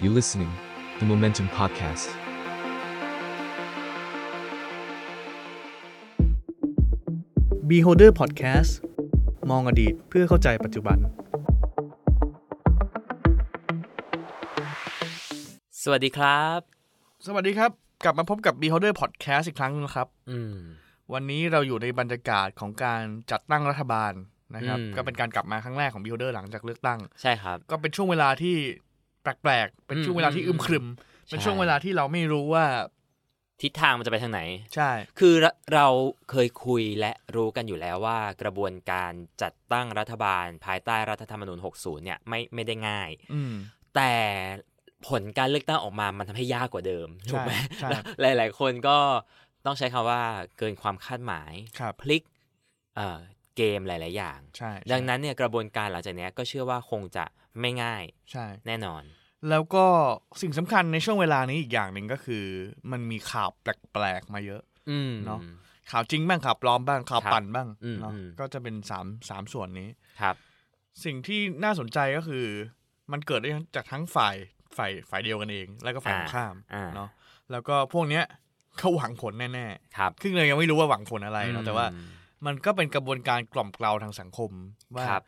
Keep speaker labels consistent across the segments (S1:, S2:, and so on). S1: You listening, the Momentum Podcast.
S2: บ Beholder Podcast มองอดีตเพื่อเข้าใจปัจจุบัน
S3: สวัสดีครับ
S2: สวัสดีครับ กลับมาพบกับ Beholder Podcast อีกครั้งหนึงนะครับ
S3: อืม
S2: วันนี้เราอยู่ในบรรยากาศของการจัดตั้งรัฐบาลนะครับ
S3: อืม
S2: ก็เป็นการกลับมาครั้งแรกของ Beholder หลังจากเลือกตั้ง
S3: ใช่ครับ
S2: ก็เป็นช่วงเวลาที่แปลกๆ เป็นช่วงเวลาที่
S3: อืม
S2: อึมครึม
S3: ใช่
S2: เป็นช่วงเวลาที่เราไม่รู้ว่า
S3: ทิศทางมันจะไปทางไหน
S2: ใช่
S3: คือเราเราเคยคุยและรู้กันอยู่แล้วว่า กระบวนการจัดตั้งรัฐบาลภายใต้รัฐธรรมนูญ 60 เนี่ยไม่ไม่ได้ง่าย
S2: อืม
S3: แต่ผลการเลือกตั้งออกมามันทำให้ยากกว่าเดิมถูกไหม
S2: ใช่ครับ
S3: หลาย ๆ คนก็ต้องใช้คำว่าเกินความคาดหมาย
S2: ครับ
S3: พลิกเอ่อเกมหลาย ๆ อย่าง
S2: ใช่
S3: ดังนั้นเนี่ยกระบวนการหลังจากเนี้ยก็เชื่อว่าคงจะไม่ง่าย
S2: ใช่
S3: แน่นอน
S2: แล้วก็สิ่งสำคัญในช่วงเวลานี้อีกอย่างหนึ่งก็คือ มันมีข่าวแปลกๆ มาเยอะ
S3: อืม
S2: เนอะ ข่าวจริงบ้างข่าวปลอมบ้างข่าว
S3: ครับ
S2: ปั่นบ้าง
S3: อืม
S2: เนาะ
S3: อืม
S2: ก็จะเป็นสามสามส่วนนี้
S3: ครับ
S2: สิ่งที่น่าสนใจก็คือ มันเกิดได้จากทั้งฝ่ายฝ่ายฝ่ายเดียวกันเอง แล้วก็ฝ่ายตรงข้าม
S3: อ่า
S2: เนาะแล้วก็พวกเนี้ยเขาหวังผลแน่
S3: ครับ
S2: ๆซึ่งเรายังไม่รู้ว่าหวังผลอะไรเนาะแต่ว่า
S3: อืม
S2: มันก็เป็นกระบวนการกล่อมเกลาทางสังคมว่า
S3: ครับ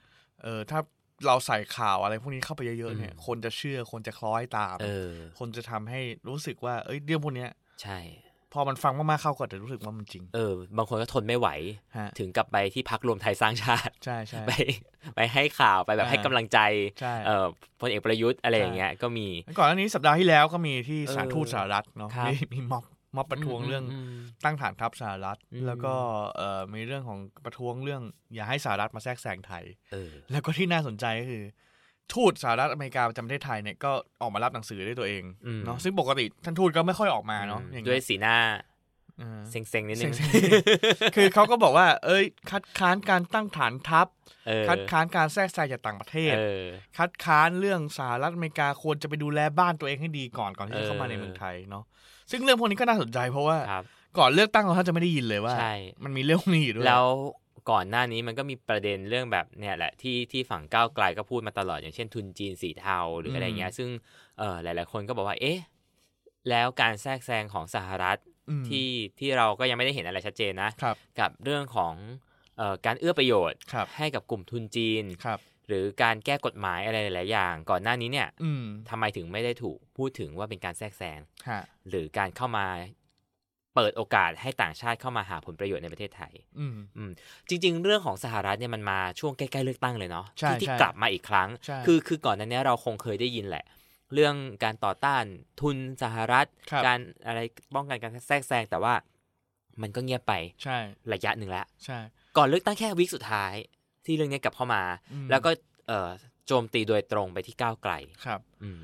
S2: เออถ้าเราใส่ข่าวอะไรพวกนี้เข้าไปเยอะๆ
S3: อืม
S2: เนี่ยคนจะเชื่อคนจะคล้อยตาม
S3: เออ
S2: คนจะทำให้รู้สึกว่าเอ้ยเรื่องพวกเนี้ย
S3: ใช่
S2: พอมันฟังมากๆเข้าก็จะรู้สึกว่ามันจริง
S3: เออ บางคนก็ทนไม่ไหว
S2: ฮะ
S3: ถึงกลับไปที่พักรวมไทยสร้างชาติ
S2: ใช่ใช่
S3: ไปไปให้ข่าวไปแบบ
S2: อ่า
S3: ให้กำลังใจ
S2: ใช่
S3: เอ่อพลเอกประยุทธ์อะไรอย่างเงี้ยก็มี
S2: ก่อนหน้านี้สัปดาห์ที่แล้วก็มีที่สถาร
S3: เออ
S2: ทูตสหรัฐเนาะ
S3: ครับ
S2: มีมีม็อบม็อบประท้วงเรื่อง
S3: ม
S2: ตั้งฐานทัพสหรัฐ
S3: อืม
S2: แล้วก็เอ่อมีเรื่องของประท้วงเรื่อง อย่าให้สหรัฐมาแทรกแซงไทย
S3: เออ
S2: แล้วก็ที่น่าสนใจก็คือ ทูตสหรัฐอเมริกาประจำประเทศไทยเนี่ยก็ออกมารับหนังสือด้วยตัวเอง
S3: อืม
S2: เนาะซึ่งปกติท่านทูตก็ไม่ค่อยออกมาเนาะ
S3: อืม
S2: อย่าง
S3: ด้วย
S2: เงี้ย
S3: สีหน้า
S2: เออ
S3: เซ็งๆนิดนึง
S2: เซ็ง คือเขาก็บอกว่า เอ้ย คัดค้านการตั้งฐานทัพ
S3: เออ
S2: คัดค้านการแทรกแซงจากต่างประเทศ
S3: เออ
S2: คัดค้านเรื่องสหรัฐอเมริกาควรจะไปดูแลบ้านตัวเองให้ดีก่อนก่อนที่จะเข้ามา
S3: เออ
S2: ในเมืองไทยเนาะซึ่งเรื่องพวกนี้ก็น่าสนใจเพราะว่า
S3: ครับ
S2: ก่อนเลือกตั้งเราแทบจะไม่ได้ยินเลยว่า
S3: ใช่
S2: มันมีเรื่องพวกนี้อยู่ด้วย
S3: แล้วก่อนหน้านี้มันก็มีประเด็นเรื่องแบบเนี่ยแหละที่ที่ฝั่งก้าวไกลก็พูดมาตลอดอย่างเช่นทุนจีนสีเทาหรืออะไรเงี้ย ซึ่งเออหลาย ๆ คนก็บอกว่า เอ๊ะ แล้วการแทรกแซงของสหรัฐ
S2: อืม
S3: ที่ที่เราก็ยังไม่ได้เห็นอะไรชัดเจนนะ
S2: ครับ
S3: กับเรื่องของเออการเอื้อประโยชน์
S2: ครับ
S3: ให้กับกลุ่มทุนจีน
S2: ครับ
S3: หรือการแก้กฎหมายอะไรหลาย ๆ อย่าง ก่อนหน้านี้เนี่ย
S2: อืม
S3: ทำไมถึงไม่ได้ถูกพูดถึงว่าเป็นการแทรกแซง
S2: ฮะ
S3: หรือการเข้ามาเปิดโอกาสให้ต่างชาติเข้ามาหาผลประโยชน์ในประเทศไทย
S2: อืม
S3: จริง ๆ เรื่องของสหรัฐเนี่ยมันมาช่วงใกล้ๆเลือกตั้งเลยเนาะ
S2: ใช่
S3: ที่ที่
S2: ใช่
S3: กลับมาอีกครั้ง
S2: ใช่
S3: คือคือก่อนหนั้นเนี้ยเราคงเคยได้ยินแหละ เรื่องการต่อต้านทุนสหรัฐ
S2: ครับ
S3: การอะไรป้องกันการแทรกแซงแต่ว่ามันก็เงียบไป
S2: ใช่
S3: ระยะหนึ่งแล้ว
S2: ใช่
S3: ก่อนเลือกตั้งแค่วิกสุดท้าย ที่เรื่องเนี้ยกลับเข้ามา
S2: อืม
S3: แล้วก็เอ่อโจมตีโดยตรงไปที่ก้าวไกล
S2: ครับ
S3: อืม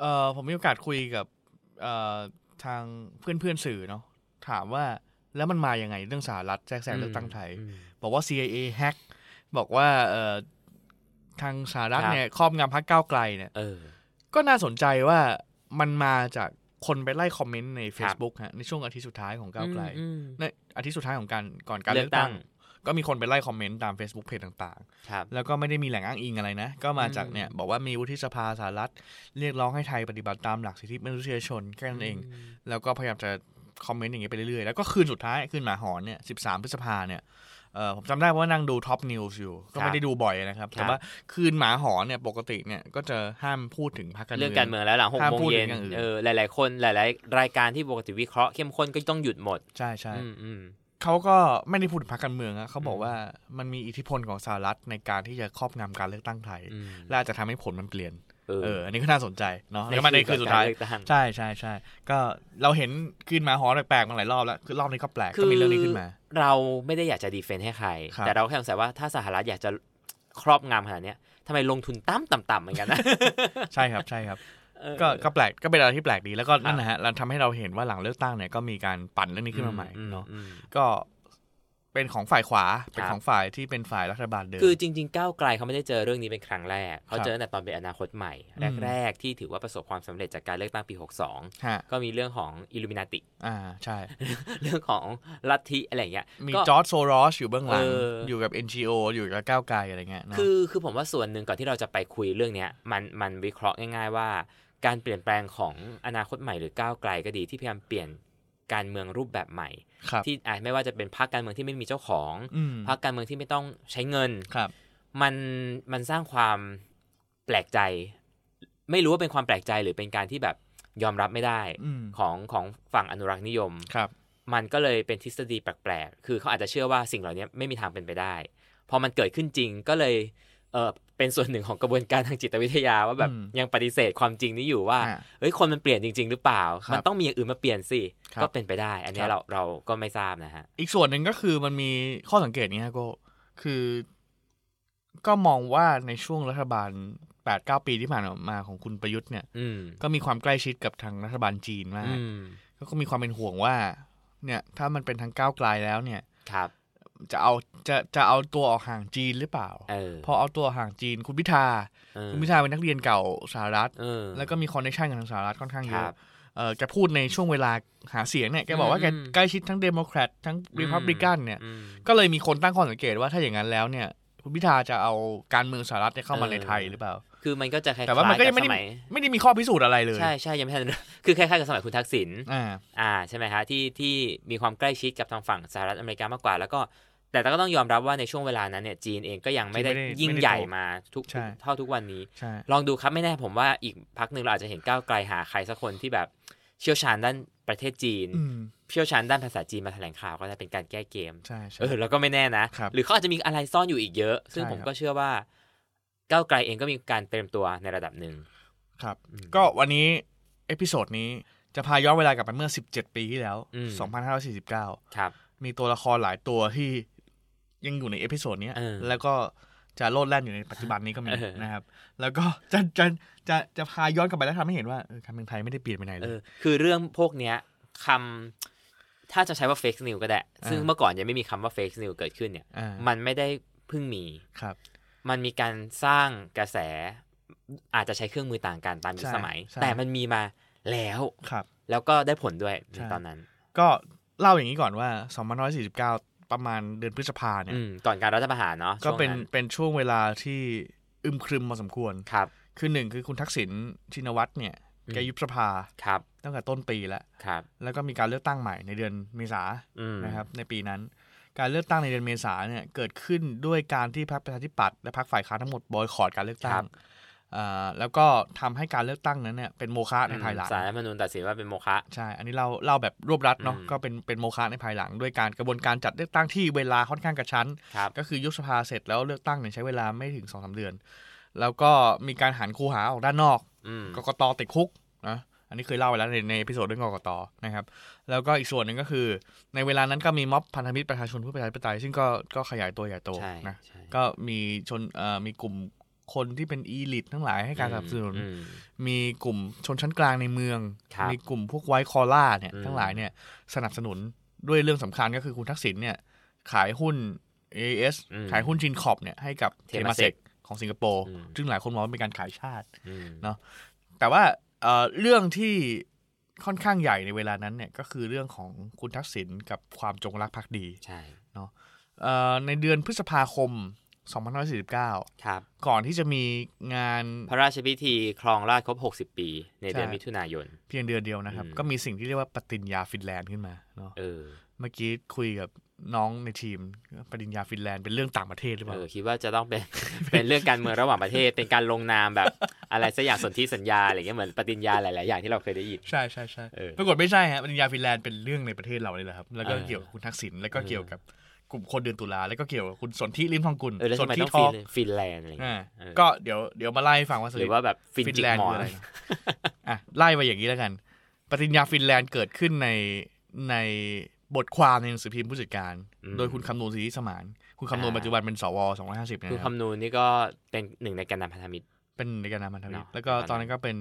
S2: เอ่อผมมีโอกาสคุยกับเอ่อทางเพื่อนเพื่อนๆสื่อเนาะถามว่าแล้วมันมายังไงเรื่องสหรัฐแทรกแซงเลือกตั้งไทย บอกว่า CIA แฮกบอกว่าเอ่อทางสหรัฐ
S3: ครับ
S2: เนี่ยครอบงำพรรคก้าวไกลเนี่ย
S3: เออ
S2: ก็น่าสนใจว่ามันมาจากคนไปไล่คอมเมนต์ใน Facebook ฮะในช่วงอาทิตย์สุดท้ายของก้าวไกล
S3: อืม
S2: ในอาทิตย์สุดท้ายของการก่อนการ
S3: เลื
S2: เลื
S3: อ
S2: อก กตั้
S3: ตั้
S2: ง
S3: ง
S2: ก็มีคนไปไล่คอมเมนต์ตาม Facebook เพจต่าง
S3: ครับ
S2: ๆ แล้วก็ไม่ได้มีแหล่งอ้างอิงอะไรนะ ก็มาจากเนี่ยบอกว่ามีวุฒิสภาสหรัฐ เรียกร้องให้ไทยปฏิบัติตามหลักสิทธิมนุษยชนแค่นั้นเอง แล้วก็พยายามจะคอมเมนต์อย่างเงี้ยไปเรื่อยๆ แล้วก็คืนสุดท้ายคืนหมาหอนเนี่ย 13 พฤษภาเนี่ยเอ่อผมจำได้ว่านั่งดูท็อปนิวส์อยู่ ก็ไม่ได้ดูบ่อยนะครับ
S3: ครั
S2: แต่
S3: บ
S2: ว่าคืนหมาหอนเนี่ยปกติเนี่ยก็จะห้ามพูดถึงพรรคการเมื
S3: เรื่
S2: อ
S3: อง งการเมืองแล้วหลังหก
S2: ห้าม
S3: โมง
S2: พูดถึ
S3: เย็
S2: ง
S3: น
S2: อย่างอื่น
S3: เออหลาย ๆ คนหลาย ๆ รายการที่ปกติวิเคราะห์เข้มข้นก็ต้องหยุดหมด
S2: ใช่ใช่
S3: อืมอืม
S2: เขาก็ไม่ได้พูดถึงพรรคการเมืองอะเขาบอก
S3: อืม
S2: ว่ามันมีอิทธิพลของสหรัฐในการที่จะครอบงำการเลือกตั้งไทย
S3: อืม
S2: และอาจจะทำให้ผลมันเปลี่ยน
S3: เอ
S2: เอออันนี้ก็น่าสนใจเนาะแล้วก็มาในคืนสุด
S3: กร
S2: ท้าย
S3: เลือกตั้ง
S2: ใช่ใช่ใช่ก็เราเห็นคืนหมาหอนแปลกๆมาหลายรอบแล้วคือรอบนี้ก็แปลกก็มีเรื่องนี้ขึ้นมา
S3: เราไม่ได้อยากจะดีเฟนต์ให้ใคร
S2: ครับ
S3: แต่เราแค่สงสัยว่าถ้าสหรัฐอยากจะครอบงำขนาดเนี้ยทำไมลงทุนต่ำต่ำๆเหมือนกันนะ
S2: ใช่ ครับใช่ครับ
S3: เออ
S2: ก็ก็แปลกก็เป็นอะไรที่แปลกดีแล้วก็
S3: ครับ
S2: นั่นนะฮะเราทำให้เราเห็นว่าหลังเลือกตั้งเนี่ยก็มีการปั่นเรื่องนี้ขึ้นมาใหม่เนาะ
S3: อืม
S2: ก็เป็นของฝ่ายขวาเป็น
S3: ครับ
S2: ของฝ่ายที่เป็นฝ่ายรัฐบาลเดิม
S3: คือจริงๆก้าวไกลเขาไม่ได้เจอเรื่องนี้เป็นครั้งแรก เขาเจอตั้งแต่ตอนเป็นอนาคตใหม่
S2: อืม
S3: แรก ๆ ที่ถือว่าประสบความสำเร็จจากการเลือกตั้งปี 62
S2: ฮะ
S3: ก็มีเรื่องของอิลูมินาติ
S2: อ่าใช่
S3: เรื่องของลัทธิอะไรอย่างเงี้ย
S2: มี
S3: ก็
S2: จอร์จโซรอสอยู่เบื้องหลัง
S3: เออ
S2: อ
S3: อ
S2: ยู่กับ NGO อยู่กับก้าวไกลอะไรเงี้ยเนาะ
S3: คือคือผมว่าส่วนหนึ่งก่อนที่เราจะไปคุยเรื่องเนี้ยมันมันวิเคราะห์ง่าย ๆว่า การเปลี่ยนแปลงของอนาคตใหม่หรือก้าวไกลก็ดีที่พยายามเปลี่ยนการเมืองรูปแบบใหม่
S2: ครับ
S3: ที่อาจไม่ว่าจะเป็นพรรคการเมืองที่ไม่มีเจ้าของ
S2: อืม
S3: พรรคการเมืองที่ไม่ต้องใช้เงิน
S2: ครับ
S3: มันมันสร้างความแปลกใจ ไม่รู้ว่าเป็นความแปลกใจหรือเป็นการที่แบบยอมรับไม่ได้
S2: อืม
S3: ของของฝั่งอนุรักษ์นิยม
S2: ครับ
S3: มันก็เลยเป็นทฤษฎีแปลกๆ คือเขาอาจจะเชื่อว่าสิ่งเหล่านี้ไม่มีทางเป็นไปได้ พอมันเกิดขึ้นจริงก็เลยเออเป็นส่วนหนึ่งของกระบวนการทางจิตวิทยาว่าแบบ
S2: อืม
S3: ยังปฏิเสธความจริงนี้อยู่ว่า
S2: อ่ะ
S3: เอ้ยคนมันเปลี่ยนจริง ๆ หรือเปล่า
S2: ครับ
S3: มันต้องมีอย่างอื่นมาเปลี่ยนสิ
S2: ครับ
S3: ก็เป็นไปได้ อันเนี้
S2: ครั
S3: ย
S2: บ
S3: เราเราก็ไม่ทราบนะฮะ
S2: อีกส่วนหนึ่งก็คือมันมีข้อสังเกตนี้ฮะโก็คือ ก็มองว่าในช่วงรัฐบาลแปดเก้าปีที่ผ่านมาของคุณประยุทธ์เนี่ย
S3: อืม
S2: ก็มีความใกล้ชิดกับทางรัฐบาลจีนมา
S3: อื
S2: ก
S3: ม
S2: แล้วก็มีความเป็นห่วงว่า เนี่ย ถ้ามันเป็นทางก้าวไกลแล้วเนี่ย
S3: ครับ
S2: จะเอาจะจะเอาตัวออกห่างจีนหรือเปล่า
S3: เออ
S2: พอเอาตัวห่างจีนคุณพิธา
S3: เออ
S2: คุณพิธาเป็นนักเรียนเก่าสหรัฐ
S3: เออ
S2: แล้วก็มีคอนเนคชันกับทางสหรัฐค่อนข้างเย
S3: ครั
S2: อะ
S3: บ
S2: เออแกพูดในช่วงเวลาหาเสียงเนี่ยแกบอกว่าแก
S3: อืม
S2: ใกล้ชิดทั้งเดโมแครตทั้งรีพับลิกันเนี่ย
S3: อืม
S2: ก็เลยมีคนตั้งข้อสังเกตว่าถ้าอย่างนั้นแล้วเนี่ย คุณพิธาจะเอาการเมืองสหรัฐเนี่ยเข้ามา
S3: เออ
S2: ในไทยหรือเปล่า
S3: คือมันก็จะคล้ายๆ
S2: แต่ว่ามันก็
S3: บ
S2: ยังไม่
S3: ส
S2: ได้
S3: มัย
S2: ไม่ได้มีข้อพิสูจน์อะไรเลย
S3: ใช่ใช่ยังไม่ทัน คือคล้ายๆกับสมัยคุณทักษิณ
S2: อ่า
S3: อ่าใช่ไหมฮะที่ที่มีความใกล้ชิดกับทางฝั่งสหรัฐอเมริกามากกว่า แล้วก็ แต่เราก็ต้องยอมรับว่าในช่วงเวลานั้นเนี่ยจีนเองก็ยังไม่ได้
S2: จีนไม่ได้
S3: ยิ่ง
S2: ไม่ได้
S3: ใหญ่
S2: โต
S3: มาทุก
S2: ใช่
S3: เท่าทุกวันนี้
S2: ใช่
S3: ลองดูครับไม่แน่ผมว่าอีกพักหนึ่งเราอาจจะเห็นก้าวไกลหาใครสักคนที่แบบเชี่ยวชาญด้านประเทศจีน
S2: อืม
S3: เชี่ยวชาญด้านภาษาจีนมาแถลงข่าวก็ได้เป็นการแก้เกม
S2: ใช่ใช่
S3: เออแล้วก็ไม่แน่นะ
S2: ครับ
S3: หรือเขาอาจจะมีอะไรซ่อนอยู่อีกเยอะ ซึ่ง
S2: ใช่
S3: ผม
S2: ครับ
S3: ก็เชื่อว่าก้าวไกลเองก็มีการเตรียมตัวในระดับหนึ่ง
S2: ครับ
S3: อืม
S2: ก็วันนี้ เอพิโซดนี้จะพาย้อนเวลากลับไปเมื่อ 17 ปีที่แล้ว
S3: อืม
S2: 2549
S3: ครับ
S2: มีตัวละครหลายตัวที่ยังอยู่ในเอพิโซดเนี้ย
S3: เออ
S2: แล้วก็จะโลดแล่นอยู่ในปัจจุบันนี้ก็มี
S3: เออ
S2: นะครับ แล้วก็จะจะจะจะพาย้อนกลับไปแล้วทำให้เห็นว่าเออการเมืองไทยไม่ได้เปลี่ยนไปไหนเล
S3: เอย อคือเรื่องพวกเนี้ยคำถ้าจะใช้ว่าเฟกนิวก็ได้ ซึ่งเมื่อก่อนยังไม่มีคำว่าเฟกนิวเกิดขึ้นเนี่ย
S2: อ่า
S3: มันไม่ได้เพิ่งมี
S2: ครับ
S3: มันมีการสร้างกระแส อาจจะใช้เครื่องมือต่างกันตามยุค
S2: ใช่
S3: สมัย
S2: ใช่
S3: แต่มันมีมาแล้ว
S2: ครับ
S3: แล้วก็ได้ผลด้วยใน
S2: ใช่
S3: ตอนนั้น
S2: ก็เล่าอย่างนี้ก่อนว่า 2549 ประมาณเดือนพฤษภาเนี่ย
S3: อืมก่อนการรัฐประหารเนาะ
S2: ก็เป็น
S3: ช่วง
S2: เป็นช่วงเวลาที่อึมครึมพอสมควร
S3: ครับ
S2: คือหนึ่งคือคุณทักษิณชินวัตรเนี่ย
S3: อืม
S2: แกยุบสภา
S3: ครับ
S2: ตั้งแต่ต้นปีแล้ว
S3: ครับ
S2: แล้วก็มีการเลือกตั้งใหม่ในเดือนเมษา
S3: อืม
S2: นะครับ ในปีนั้น การเลือกตั้งในเดือนเมษาเนี่ยเกิดขึ้นด้วยการที่พรรคประชาธิปัตย์และพรรคฝ่ายค้านทั้งหมดบอยคอรดการเลือกตั้งอ่าแล้วก็ทำให้การเลือกตั้งนั้นเนี่ยเป็นโมฆะในภายหลัง
S3: สารรัฐธรรมนูญตัดสินว่าเป็นโมฆะ
S2: ใช่ อันนี้เราเล่าแบบรวบรัดเนาะ
S3: อืม
S2: ก็เป็นเป็นโมฆะในภายหลัง ด้วยการกระบวนการจัดเลือกตั้งที่เวลาค่อนข้างกระชั้น
S3: ครับ
S2: ก็คือยุบสภาเสร็จแล้วเลือกตั้งเนี่ยใช้เวลาไม่ถึงสองสาเดือน แล้วก็มีการหันคูหาออกด้านนอก
S3: อืม
S2: กกตติดคุกนะ อันนี้เคยเล่าไปแล้วในในเอพิโซดเรื่องกกตนะครับ แล้วก็อีกส่วนหนึ่งก็คือ ในเวลานั้นก็มีม็อบพันธมิตรประชาชนเพื่อประชาธิปไตย ซึ่งก็ก็ขยายตัวใหญ่โต
S3: ใช่
S2: นะ
S3: ใช่
S2: ก็มีชนเอ่อมีกลุ่มคนที่เป็นอีลิททั้งหลายให้การสนับสนุน
S3: อืม
S2: มีกลุ่มชนชั้นกลางในเมือง
S3: ครับ
S2: มีกลุ่มพวกไวท์คอล่าเนี่ย
S3: อืม
S2: ทั้งหลายเนี่ยสนับสนุนด้วยเรื่องสำคัญก็คือคุณทักษิณเนี่ยขายหุ้น AS
S3: อืม
S2: ขายหุ้นจินคอปเนี่ยให้กับเทมาเซ
S3: Temasek
S2: กของสิงคโปร์
S3: อืม
S2: ซึ่งหลายคนมองว่าเป็นการขายชาติ
S3: อืม
S2: เนอะ แต่ว่าเอ่อเรื่องที่ค่อนข้างใหญ่ในเวลานั้นเนี่ยก็คือเรื่องของคุณทักษิณกับความจงรักภักดี
S3: ใช่
S2: เอ่อในเดือนพฤษภาคม 2549
S3: ครับ
S2: ก่อนที่จะมีงาน
S3: พระราชพิธีครองราชย์ครบ 60 ปี ในเดือนมิถุนายน
S2: เพียงเดือนเดียวนะครับ
S3: อืม
S2: ก็มีสิ่งที่เรียกว่าปฏิญญาฟินแลนด์ขึ้นมาเนาะ
S3: เออ
S2: เมื่อกี้คุยกับน้องในทีมปริญญาฟินแลนด์เป็นเรื่องต่างประเทศหรือเป
S3: เอ
S2: ล่า
S3: อ คิดว่าจะต้องเป็น เป็นเรื่องการเมืองระหว่างประเทศ เป็นการลงนามแบบ อะไรสักอย่างสนธิสัญญาอะไรเงี้ย เหมือนปฏิญญาหลาย ๆ อย่างที่เราเคยได้ยิน
S2: ใช่ใช่ใช่
S3: เออ
S2: ปรากฏไม่ใช่ฮะปริญญาฟินแลนด์เป็นเรื่องในประเทศเราเลยแหละครับ แล้วก็
S3: เออ
S2: เกี่ยวกับคุณทักษิณแล้วก็เกี่ยวกับกลุ่มคนเดือนตุลาแล้วก็เกี่ยวกับคุณสนธิริมทองกุล
S3: เออ แล้ว
S2: ส
S3: ทำ
S2: น
S3: ไม
S2: ธิ
S3: ต้อง
S2: ท
S3: ฟิ
S2: อน ง
S3: ฟินแลนด์อะไรเงี้
S2: อ่าย
S3: เออ
S2: ก็เดี๋ยวเดี๋ยวมาไล่ให้ฟังว่าสน
S3: ห
S2: ธิ
S3: รือว่าแบบฟินจิกหมอน
S2: ฟิแลด์คือ่ะไล่มาอย่างนี้แล้วกัน ปฏิญญาฟินแลนด์เกิดขึ้นในในบทความในหนังสือพิมพ์ผู้จัดการ
S3: อืม
S2: โดยคุณคำนูนศรีสมาน คุณคำนูน
S3: อ่า
S2: ปัจจุบันเป็นสว250นะ
S3: คือ
S2: ครับ
S3: คำนูนนี่ก็เป็นหนึ่งในแการนำพันธมิตร
S2: เป็นในการนำมันทวิต
S3: เนาะ
S2: แล้วก็ตอนนั้นก็เป็น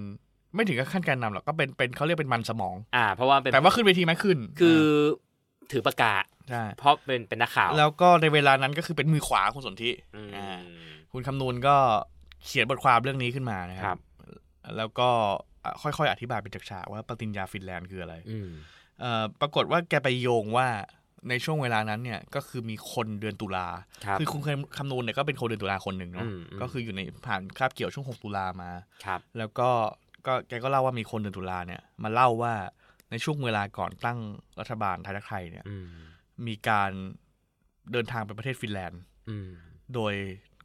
S2: ไม่ถึงกับขั้นการนำหรอกก็เป็นเป็นเขาเรียกเป็นมันสมอง
S3: อ่า เพราะว่าเป็น
S2: แต่ว่าขึ้นเวทีไหมขึ้น
S3: คือถือประกาศ
S2: ใช่
S3: เพราะเป็นเป็นนักข่าว
S2: แล้วก็ในเวลานั้นก็คือเป็นมือขวาคุณสนธิ
S3: อืม
S2: อ่า คุณคำนูนก็เขียนบทความเรื่องนี้ขึ้นมานะค
S3: ครั
S2: รับ แล้วก็อ่ะค่อยๆ อธิบายเป็นฉากๆว่าปฏิญญาฟินแลนด์คืออะไร
S3: อืม
S2: เอ่อปรากฏว่าแกไปโยงว่าในช่วงเวลานั้นเนี่ยก็คือมีคนเดือนตุลา
S3: ครับ
S2: อคุณเคยคำนวณเนี่ยก็เป็นคนเดือนตุลาคนหนึ่ง
S3: อื
S2: เนาะ
S3: มอืม
S2: ก็คืออยู่ในผ่านคาบเกี่ยวช่วง 6 ตุลามา
S3: ครับ
S2: แล้วก็ก ก็แกก็เล่าว่ามีคนเดือนตุลาเนี่ยมาเล่าว่าในช่วงเวลาก่อนตั้งรัฐบาลไทยรักไทยเนี่ย
S3: อืม
S2: มีการเดินทางไปประเทศฟินแลนด์
S3: อืม
S2: โดย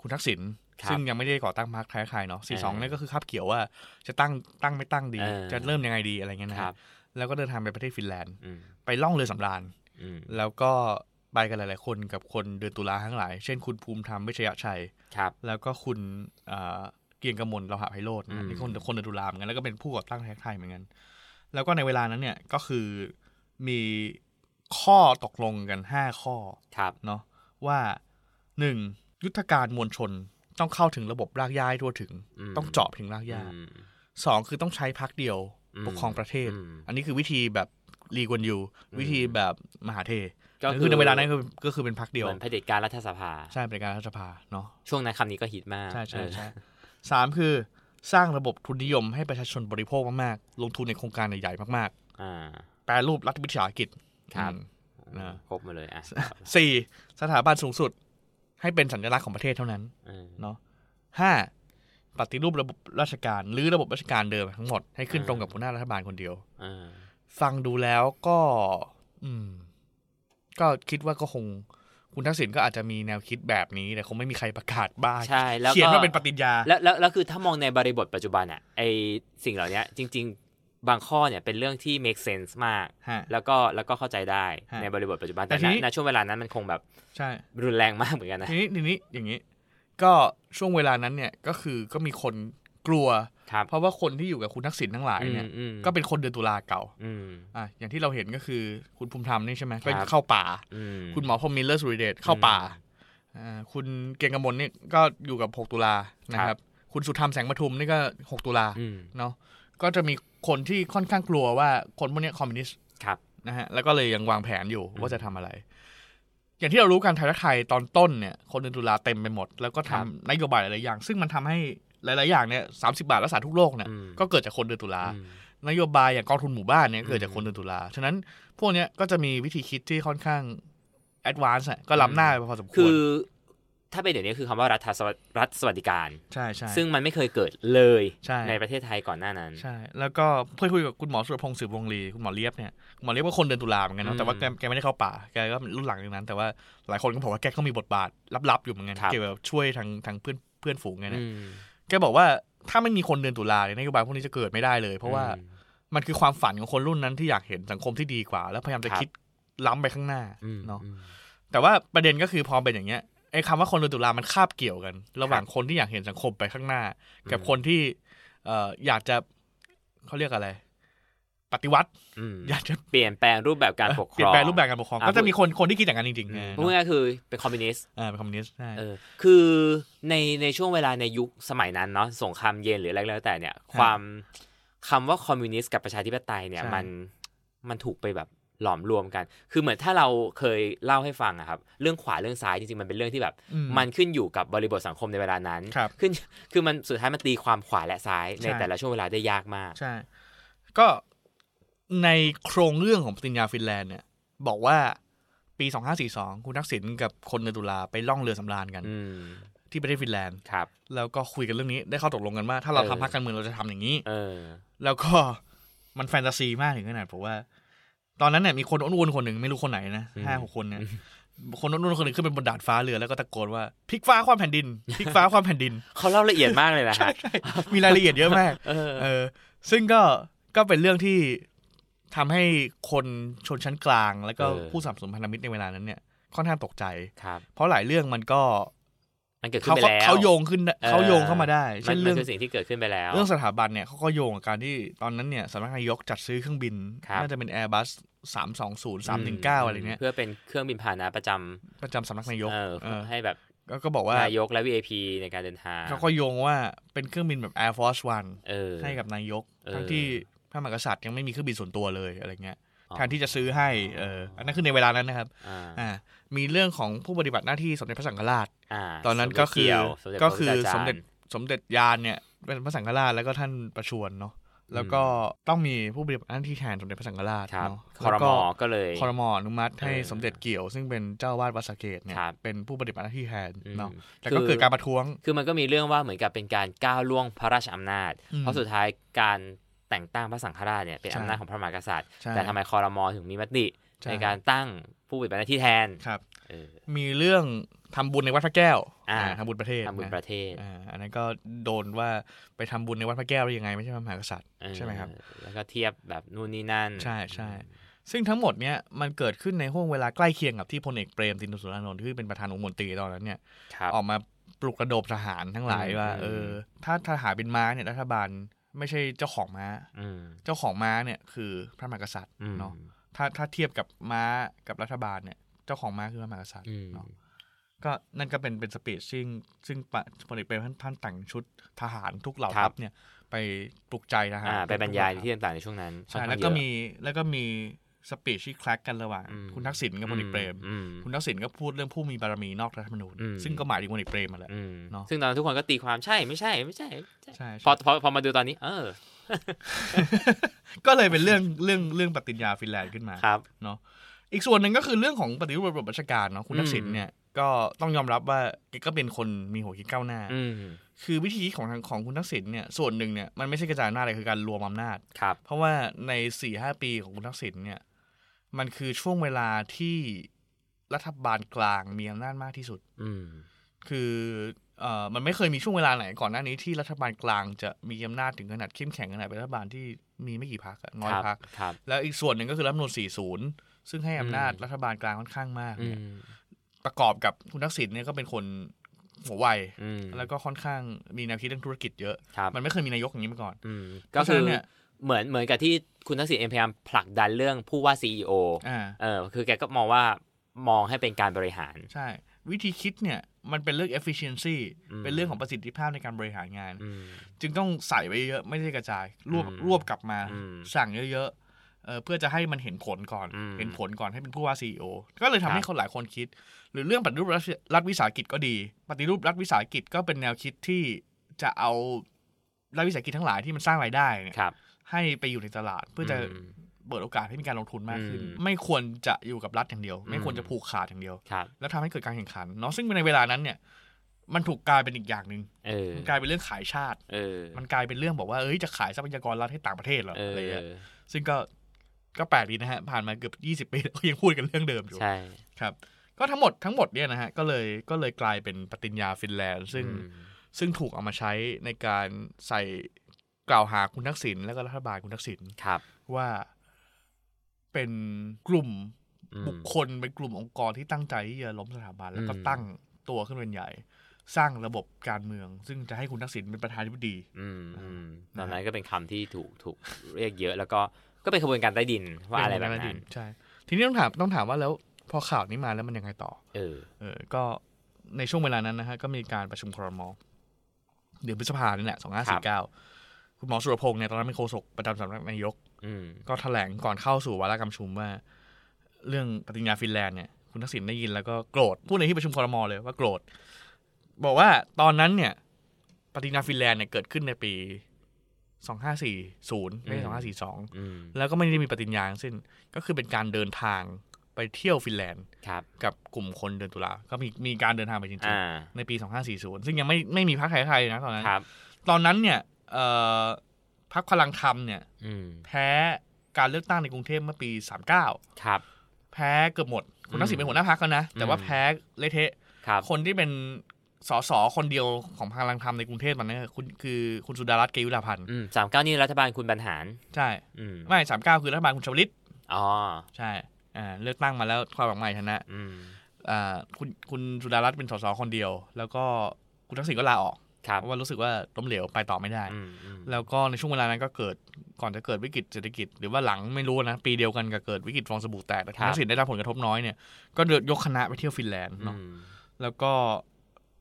S2: คุณทักษิณ
S3: ครับ
S2: ซึ่งยังไม่ได้ก่อตั้งพรรคไทยรักไทยเนาะสี่สอง
S3: เออ
S2: นี่นก็คือคาบเกี่ยวว่าจะตั้งตั้งไม่ตั้งดี
S3: เออ
S2: จะเริ่มยังไงดีอะไรเงี้ยนะ
S3: ค
S2: ค
S3: รั
S2: รั
S3: บบ
S2: แล้วก็เดินทางไปประเทศฟินแลนด์
S3: อืม
S2: ไปล่องเรือสำราญ
S3: อืม
S2: แล้วก็ไปกันหลาย ๆ คนกับคนเดือนตุลาทั้งหลาย เช่นคุณภูมิธรรมเวชยชัย
S3: ครับ
S2: แล้วก็คุณเอ่อเกรียงกมลเราหาไพโรจน์นะครั
S3: อื
S2: บ
S3: ม
S2: นี่คนคนเดือนตุลาเหมือนกันแล้วก็เป็นผู้ก่อตั้งแท็กไทยเหมือนกัน แล้วก็ในเวลานั้นเนี่ยก็คือมีข้อตกลงกันห้าข้อ
S3: ครับ
S2: เนาะว่าหนึ่งยุทธการมวลชนต้องเข้าถึงระบบรากหญ้าให้ทั่วถึง
S3: ม
S2: ต้องเจาะถึงรากหญ้า
S3: อืม
S2: สองคือต้องใช้พักเดียว
S3: อืม
S2: ปกครองประเทศ
S3: อืม
S2: อันนี้คือวิธีแบบลีกวนยู
S3: ม
S2: วิธีแบบมหาเท
S3: ก็
S2: คือในเวลานั้นคือก็คือเป็นพักเดียว
S3: เหมือนเผด็จการรัฐสภา
S2: ใช่เป็นการรัฐสภาเนาะ
S3: ช่วงนั้นคำนี้ก็ฮิตมาก
S2: ใช่ใช่
S3: เออ
S2: ใช่สามคือสร้างระบบทุนนิยมให้ประชาชนบริโภคมากๆ ลงทุนในโครงการใหญ่ๆมาก
S3: อ่า
S2: ๆ แปรรูปรัฐวิสาหกิจ
S3: ครับ
S2: อืม นะ
S3: ครบหมาเลยอ่ะ
S2: สี่สถาบันสูงสุดให้เป็นสัญลักษณ์ของประเทศเท่านั้น
S3: เออ
S2: เนาะห้าปฏิรูประบบราชการหรือระบบราชการเดิมทั้งหมดให้ขึ้น
S3: อ่า
S2: ตรงกับหัวหน้ารัฐบาลคนเดียว
S3: เออ
S2: ฟังดูแล้วก็ อืม ก็คิดว่าก็คง คุณทักษิณก็อาจจะมีแนวคิดแบบนี้ แต่คงไม่มีใครประกาศบ้าง
S3: ใช่แล้วก็
S2: เขียนว่าเป็นปฏิญญา
S3: แล้วแล้วแล้วคือถ้ามองในบริบทปัจจุบันอะไอสิ่งเหล่าเนี้ยจริง ๆ บางข้อเนี่ยเป็นเรื่องที่ make sense มาก
S2: ฮะ
S3: แล้วก็แล้วก็เข้าใจได้
S2: ฮะ
S3: ในบริบทปัจจุบัน
S2: แต่
S3: แต่
S2: ที
S3: ณ
S2: นี้
S3: ณช่วงเวลานั้นมันคงแบบ
S2: ใช่
S3: รุนแรงมากเหมือนกันนะ
S2: ทีนี้ทีนี้อย่างนี้ ก็ช่วงเวลานั้นเนี่ยก็คือก็มีคนกลัว
S3: ครับ
S2: เพราะว่าคนที่อยู่กับคุณทักษิณทั้งหลายเนี่ย
S3: อืมอืม
S2: ก็เป็นคนเดือนตุลาเก่า
S3: อืม
S2: อ่ะอย่างที่เราเห็นก็คือคุณภูมิธรรมนี่ใช่ไหม
S3: ครับ
S2: ก็เข้าป่า
S3: อืม
S2: คุณหมอพรหมมิลเลอร์สุริเดชเข้าป่าอ่าคุณเกียงกมลนี่ก็อยู่กับ 6 ตุลานะค
S3: ครั
S2: รับ บ คุณสุธรรมแสงปทุมนี่ก็ 6 ตุลา
S3: อืม
S2: เนาะก็จะมีคนที่ค่อนข้างกลัวว่าคนพวกเนี้ยคอมมิวนิสต์
S3: ครับ
S2: นะฮะแล้วก็เลยยังวางแผนอยู่ว่าจะทำอะไร อย่างที่เรารู้กันไทยรักไทยตอนต้นเนี่ยคนเดือนตุลาเต็มไปหมด แล้วก็
S3: ครั
S2: ทำ
S3: บ
S2: นโยบายหลายๆอย่าง ซึ่งมันทำให้หลาย ๆ อย่างเนี่ยสาบาทรักษาทุกโรคเนี่ย
S3: อืม
S2: ก็เกิดจากคนเดือนตุลา
S3: อืม
S2: นโยบายอย่างกองทุนหมู่บ้านเนี่ยเกิด
S3: อื
S2: จาก
S3: ม
S2: คนเดือนตุลาฉะนั้นพวกเนี้ยก็จะมีวิธีคิดที่ค่อนข้างแอดวานซ์ก็ล้ำหน้าไปพอสมคว
S3: คื
S2: ร
S3: อ ถ้าเป็นเดี๋ยวนี้คือคำว่ารัฐสวัสรัฐสวัสดิการ
S2: ใช่ใช่
S3: ซึ่งมันไม่เคยเกิดเลย
S2: ใช่
S3: ประเทศไทยก่อนหน้านั้น
S2: ใช่ แล้วก็เพื่อคุยกับคุณหมอสุรพงศ์สืบวงลีคุณหมอเลียบเนี่ยคุณหมอเลียบก็คนเดือนตุลาเหมือนกัน
S3: อื
S2: เนาะ
S3: ม
S2: แต่ว่าแกแกไม่ได้เข้าป่าแกก็รุ่นหลังจากนั้น แต่ว่าหลายคนก็บอกว่าแกก็มีบทบาทลับๆอยู่เหมือนกัน
S3: ครับ
S2: เกี่ยวกับช่วยทางทางเพื่อนเพื่อนฝูงไงนะ
S3: อืม
S2: แกบอกว่าถ้าไม่มีคนเดือนตุลาเนี่ยนโยบายพวกนี้จะเกิดไม่ได้เลย เพราะว่า
S3: อืม
S2: มันคือความฝันของคนรุ่นนั้นที่อยากเห็นสังคมที่ดีกว่า แล้วพยายามจะ
S3: ครับ
S2: คิดล้ำไปข้างหน้า
S3: อืม
S2: เนาะ
S3: อืม
S2: แต่ว่าประเด็นก็คือพอเป็นอย่างเงี้ยไอ้คำว่าคนเดือนตุลามันคาบเกี่ยวกัน ระหว่างคนที่อยากเห็นสังคมไปข้างหน้า กับ
S3: อืม
S2: คนที่เอ่ออยากจะเขาเรียกอะไร ปฏิวัติ
S3: อืม
S2: อยากจะ
S3: เปลี่ยนแปลงรูปแบบการปกครอง
S2: เปลี่ยนแปลงรูปแบบการปกครอง
S3: อ่ะ
S2: ก็จะมีคนคนที่คิดอย่างนั้นจริงๆไง
S3: พูด
S2: เนาะ
S3: ง่ายๆคือเป็นคอมมิวนิสต์
S2: อ่าเป็นคอมมิวนิสต์ใช่
S3: เออคือในในช่วงเวลาในยุคสมัยนั้นเนาะสงครามเย็นหรืออะไรก็แล้วแต่เนี่ย ความคำว่าคอมมิวนิสต์กับประชาธิปไตยเนี่ยมันมันถูกไปแบบหลอมรวมกัน คือเหมือนถ้าเราเคยเล่าให้ฟังอะครับ เรื่องขวาเรื่องซ้ายจริงๆ มันเป็นเรื่องที่แบบ
S2: อื
S3: มันขึ้นอยู่กับบริบทสังคมในเวลานั้น
S2: ครับ
S3: ขึ้นคือมันสุดท้ายมันตีความขวาและซ้ายใน
S2: ใช่
S3: แต่ละช่วงเวลาได้ยากมาก
S2: ใช่ ก็ในโครงเรื่องของปฏิญญาฟินแลนด์เนี่ย บอกว่าปี 2542 คุณทักษิณกับคนเดือนตุลาไปล่องเรือสำราญกัน
S3: อืม
S2: ที่ประเทศฟินแลนด์
S3: ครับ
S2: แล้วก็คุยกันเรื่องนี้ได้ข้อตกลงกันว่า ถ้าเรา
S3: เออ
S2: ทำพรรคการเมืองเราจะทำอย่างนี้
S3: เออ
S2: แล้วก็มันแฟนตาซีมากถึงขนาดผมว่า ตอนนั้นเนี่ยมีคนอ้วนๆคนหนึ่งไม่รู้คนไหนนะ
S3: อืม
S2: ห้าหกคนเนี่ยคนอ้วนๆคนหนึ่งขึ้นไปบนดาดฟ้าเรือแล้วก็ตะโกนว่าพลิกฟ้าความแผ่นดิน พลิกฟ้าความแผ่นดิน
S3: เขาเล่าละเอียดมากเลยนะฮะ
S2: มีรายละเอียดเยอะมาก
S3: เออ
S2: เออซึ่งก็ก็เป็นเรื่องที่ทำให้คนชนชั้นกลาง แล้วก็
S3: เออ
S2: ผู้สนับสนุนพันธมิตรในเวลานั้นเนี่ยค่อนข้างตกใจ
S3: ครับ
S2: เพราะหลายเรื่องมันก็
S3: มันเกิดขึ้
S2: เขา
S3: นไป
S2: ก็
S3: แล้ว
S2: เขาโยงขึ้นได้เขาโยงเข้ามาได้
S3: มั
S2: เช่น
S3: มั
S2: เรื่อง
S3: คือสิ่งที่เกิดขึ้นไปแล้ว
S2: เรื่องสถาบันเนี่ยเขาก็โยงกับการที่ตอนนั้นเนี่ยสำนักนายกจัดซื้อเครื่องบิน
S3: ครับ
S2: น่าจะเป็น Airbus 320 319 อะไรเนี่ย
S3: เพื่อเป็นเครื่องบินพาหนะประจ
S2: ประจำสำนักนายก
S3: ำเออ
S2: เออ
S3: ให้แบบ
S2: ก็ก็บอกว่าน
S3: ายกและ VIP ในการเดินทาง
S2: เขาก็โยงว่าเป็นเครื่องบินแบบ Air Force One
S3: เออ
S2: ให้กับนายก
S3: เออ
S2: ทั้งที่พระมหากษัตริย์ยังไม่มีเครื่องบินส่วนตัวเลยอะไรเงี้ย
S3: อ๋อ
S2: แทนที่จะซื้อให้เอออันนั้นคือในเวลานั้นนะครับ
S3: อ่า
S2: อ่ามีเรื่องของผู้ปฏิบัติหน้าที่สมเด็จพระสังฆราช
S3: า
S2: ตอนนั้นก็คือ
S3: สมเด็จเยว
S2: ก็คือสม
S3: ม
S2: เด็
S3: เด็
S2: จ
S3: จ
S2: สมเด็จยานเนี่ยเป็นพระสังฆราชแล้วก็ท่านประชวรเนาะ แล้วก็ต้องมีผู้ปฏิบัติหน้าที่แทนสมเด็จพระสังฆราช
S3: ครับ
S2: เนาะ
S3: คอร
S2: แล้ว
S3: ม
S2: ก็
S3: อก็เลย
S2: คอรมออนุมัติให้
S3: เออ
S2: สมเด็จเกี่ยว ซึ่งเป็นเจ้าวาดวัดสะเกตเนี่ย
S3: ครับ
S2: เป็นผู้ปฏิบัติหน้าที่แทน
S3: อืม
S2: เนาะแต่ก็
S3: คือ
S2: เกิดการประท้วง
S3: คือมันก็มีเรื่องว่าเหมือนกับเป็นการก้าวล่วงพระราชอำนาจ
S2: อืม
S3: เพราะสุดท้ายการแต่งตั้งพระสังฆราชเนี่ยเป็น
S2: ใช่
S3: อำนาจของพระมหากษัตริย์
S2: ใช่
S3: แต่ทำไมคอรมอถึงมีมติ
S2: ใช่
S3: ในการตั้งผู้ปฏิบัติหน้าที่แทน
S2: ครับ
S3: เออ
S2: มีเรื่องทำบุญในวัดพระแก้ว
S3: อ่า
S2: อ่าทำบุญประเทศ
S3: ทำบุญ
S2: น
S3: ประเทศ
S2: อ่าอันนั้นก็โดนว่าไปทำบุญในวัดพระแก้วได้ยังไงไม่ใช่พระมหากษัตริย์
S3: เออ
S2: ใช่ไหมครับ
S3: แล้วก็เทียบแบบนู่นนี่นั่น
S2: ใช่ใช่ซึ่งทั้งหมดเนี่ยมันเกิดขึ้นในห่วงเวลาใกล้เคียงกับที่พลเอกเปรมตินสุรานนท์ที่เป็นประธานองค์มนตรีตอนนั้นเนี่ย
S3: ครับ
S2: ออกมาปลุกระดมทหารทั้งหลายว่า
S3: อืม
S2: เออถ้าทหารเป็นม้าเนี่ยรัฐบาลไม่ใช่เจ้าของม้า
S3: อืม
S2: เจ้าของม้าเนี่ยคือพระมหากษัตริย์
S3: อืม
S2: เนาะ ถ้าถ้าเทียบกับม้ากับรัฐบาลเนี่ย เจ้าของม้าคือพระมหากษัตริย์
S3: อืม
S2: เนาะก็นั่นก็เป็นเป็นสปีชซึ่งซึ่งปะพลเอกเปรมท่านท่านแต่งชุดทหารทุกเหล่าทัพเนี่ย ไปปลุกใจทหาร
S3: อ่าไปบรรยาย
S2: ทุกเหล่
S3: ที่ต่างๆในช่วงนั้น
S2: ทัพใช่
S3: ค่อนข้าง
S2: แล้วก็
S3: เยอะ
S2: มีแล้วก็มีสปีชที่คลักกันระหว่าง
S3: อืม
S2: คุณทักษิณกับพลเอกเปรม
S3: อืม
S2: คุณทักษิณก็พูดเรื่องผู้มีบารมีนอกรัฐธรรมนูญ
S3: อืม
S2: ซึ่งก็หมายถึงพลเอกเปรมมาแหละ
S3: อืม
S2: เนอะ
S3: ซึ่งตอนนั้นทุกคนก็ตีความใช่ไม่ใช่ไม่ใช่ไม่ใช่
S2: ใช่
S3: พอพอพอมาดูตอนนี้ เออ
S2: ก็เลยเป็นเรื่อง เรื่องเรื่องปฏิญญาฟินแลนด์ขึ้นมา
S3: ครับ
S2: เนาะอีกส่วนหนึ่งก็คือเรื่องของปฏิรูประบบราชการเนาะคุณทักษิณ
S3: อืม
S2: เนี่ยก็ต้องยอมรับว่าแกก็เป็นคนมีหัวคิดก้าวหน้า
S3: อืม
S2: คือวิธีคิดของทางของคุณทักษิณเนี่ยส่วนหนึ่งเนี่ยมันไม่ใช่กระจายอำนาจเลยคือการรวมอำนาจ
S3: ครับ
S2: เพราะว่าใน4ี่ห้าปีของคุณทักษิณเนี่ยมันคือช่วงเวลาที่รัฐบาลกลางมีอำนาจมากที่สุด
S3: อืม
S2: คือเอ่อมันไม่เคยมีช่วงเวลาไหนก่อนหน้านี้ที่รัฐบาลกลางจะมีอำนาจถึงขนาดเข้มแข็งขนาดเป็นรัฐบาลที่มีไม่กี่พักน้อย
S3: ครับ
S2: พัก
S3: ครับ
S2: แล้วอีกส่วนหนึ่งก็คือรัฐธรรมนูญ40 ซึ่งให้อำนาจ
S3: อืม
S2: รัฐบาลกลางค่อนข้างมาก
S3: อื
S2: เนี่ย
S3: ม
S2: ประกอบกับคุณทักษิณเนี่ยก็เป็นคนหัวไว
S3: อืม
S2: แล้วก็ค่อนข้างมีแนวคิดเรื่องธุรกิจเยอะ
S3: ครับ
S2: มันไม่เคยมีนายกอย่างนี้มาก่อน
S3: อืม
S2: เพ
S3: ก็
S2: ราะ
S3: คื
S2: ฉะนั้
S3: อน
S2: เนี่ย
S3: เหมือนเหมือนกับที่คุณทักษิณเองพยายามผลักดันเรื่องผู้ว่าซีอ
S2: อ่า
S3: เออคือแกก็มองว่ามองให้เป็นการบริหาร
S2: ใช่ วิธีคิดเนี่ยมันเป็นเรื่อง efficiency
S3: อืม
S2: เป็นเรื่องของประสิทธิภาพในการบริหารงาน
S3: อืม
S2: จึงต้องใส่ไว้เยอะไม่ได้กระจาย รวบ
S3: อืม
S2: รวบกลับมา
S3: อืม
S2: สั่งเยอะๆเอ่อเพื่อจะให้มันเห็นผลก่อน
S3: อืม
S2: เห็นผลก่อนให้เป็นผู้ว่าซีอก็เลยทำ
S3: ครั
S2: ให้
S3: บ
S2: คนหลายคนคิด หรือเรื่องปฏิรูปรัฐรัฐวิสาหกิจก็ดี ปฏิรูปรัฐวิสาหกิจก็เป็นแนวคิดที่จะเอารัฐวิสาหกิจทั้งหลายที่มันสร้างรายได้เนี่ย
S3: ครับ
S2: ให้ไปอยู่ในตลาด เพื่อจะ
S3: ม
S2: เปิดโอกาสให้มีการลงทุนมากขึ้น
S3: อืม
S2: ไม่ควรจะอยู่กับรัฐอย่างเดียว ไม่
S3: อืม
S2: ควรจะผูกขาดอย่างเดียว
S3: ครับ
S2: แล้วทำให้เกิดการแข่งขันเนาะซึ่งในเวลานั้นเนี่ย มันถูกกลายเป็นอีกอย่างหนึ่ง
S3: เออ
S2: มันกลายเป็นเรื่องขายชาติ
S3: เออ
S2: มันกลายเป็นเรื่องบอกว่า เอ้ย จะขายทรัพยากรรัฐให้ต่างประเทศเหรอ
S3: เอ
S2: อะไรเงี้ย
S3: อ
S2: ซึ่งก็ ก็แปลกดีนะฮะ ผ่านมาเกือบ 20 ปีแล้วก็ยังพูดกันเรื่องเดิมอยู่
S3: ใช่
S2: ครับ ก็ทั้งหมดทั้งหมดเนี่ยนะฮะ ก็เลย ก็เลยกลายเป็นปฏิญญาฟินแลนด์ ซึ่ง
S3: อืม
S2: ซึ่งถูกเอามาใช้ในการใส่กล่าวหาคุณทักษิณและก็รัฐบาลคุณทักษิณ
S3: ครับ
S2: ว่าเป็นกลุ่ม
S3: อืม
S2: บุคคล เป็นกลุ่มองค์กรที่ตั้งใจที่จะล้มสถาบัน แล้วก็
S3: อืม
S2: ตั้งตัวขึ้นเป็นใหญ่ สร้างระบบการเมือง ซึ่งจะให้คุณทักษิณเป็นประธานาธิบดี
S3: อืมอืม
S2: นะฮะ
S3: ตอนนั้นก็เป็นคำที่ถูกถูกเรียกเยอะ แล้วก็ก็เป็นขบวนการใต้ดินว่าอะไรแบบนั้น
S2: ใช่ ทีนี้ต้องถามต้องถามว่าแล้วพอข่าวนี้มาแล้วมันยังไงต่อ
S3: เออ
S2: เออ ก็ในช่วงเวลานั้นนะฮะก็มีการประชุมครมเดือนพฤษภานี่แหละสองห้าสี่เก้าคุณหมอสุรพงษ์เนี่ยตอนนั้นเป็นโฆษกประจำสำนักนายก
S3: อืม
S2: ก็แถลงก่อนเข้าสู่วาระการประชุมว่า เรื่องปฏิญญาฟินแลนด์เนี่ยคุณทักษิณได้ยินแล้วก็โกรธพูดในที่ประชุมครมเลยว่าโกรธ บอกว่าตอนนั้นเนี่ย ปฏิญญาฟินแลนด์เนี่ยเกิดขึ้นในปีสองห้าสี่ศูนย์ไม่ใช่สองห้าสี่สอง
S3: อืม
S2: แล้วก็ไม่ได้มีปฏิญญาทั้งสิ้น ก็คือเป็นการเดินทางไปเที่ยวฟินแลนด์
S3: ครับ
S2: กับกลุ่มคนเดือนตุลา ก็มีมีการเดินทางไปจริง
S3: อ่า
S2: ๆ ในปี 2540 ซึ่งยังไม่ไม่มีพรรคไทยไทยนะตอนนั้น
S3: ครับ
S2: ตอนนั้นเนี่ยเอ่อพรรคพลังธรรมเนี่ย
S3: อืม
S2: แพ้การเลือกตั้งในกรุงเทพเมื่อปี 39
S3: ครับ
S2: แพ้เกือบหมด คุ
S3: อื
S2: ณ
S3: ม
S2: ทักษิณเป็นหัวหน้าพรรคแล้วนะ แต่ว่า
S3: อืม
S2: แพ้เละเทะ
S3: ครับ
S2: คนที่เป็นสสคนเดียวของพลังธรรมในกรุงเทพตอนนั้นคือคุณคือคุณสุดารัตน์เกยุราพันธ์
S3: อืมสามเก้านี่รัฐบาลคุณบรรหาร
S2: ใช่
S3: อืม
S2: ไม่39คือรัฐบาลคุณชวลิต
S3: อ๋อ
S2: ใช่ อ่า เลือกตั้งมาแล้วความหวังใหม่ชนะ
S3: อืม
S2: อ่า คุณ คุณสุดารัตน์เป็นสสคนเดียว แล้วก็คุณทักษิณก็ลาออก
S3: ครับ
S2: เพราะว่ารู้สึกว่าล้มเหลวไปต่อไม่ได้
S3: อืมอืม
S2: แล้วก็ในช่วงเวลานั้นก็เกิด ก่อนจะเกิดวิกฤตเศรษฐกิจ หรือว่าหลังไม่รู้นะ ปีเดียวกันกับเกิดวิกฤตฟองสบู่แตกแต่คุณทักษิณได้รับผลกระทบน้อยเนี่ย ก็เดินยกคณะไปเที่ยวฟินแลนด์เนาะ
S3: อืม
S2: แล้วก็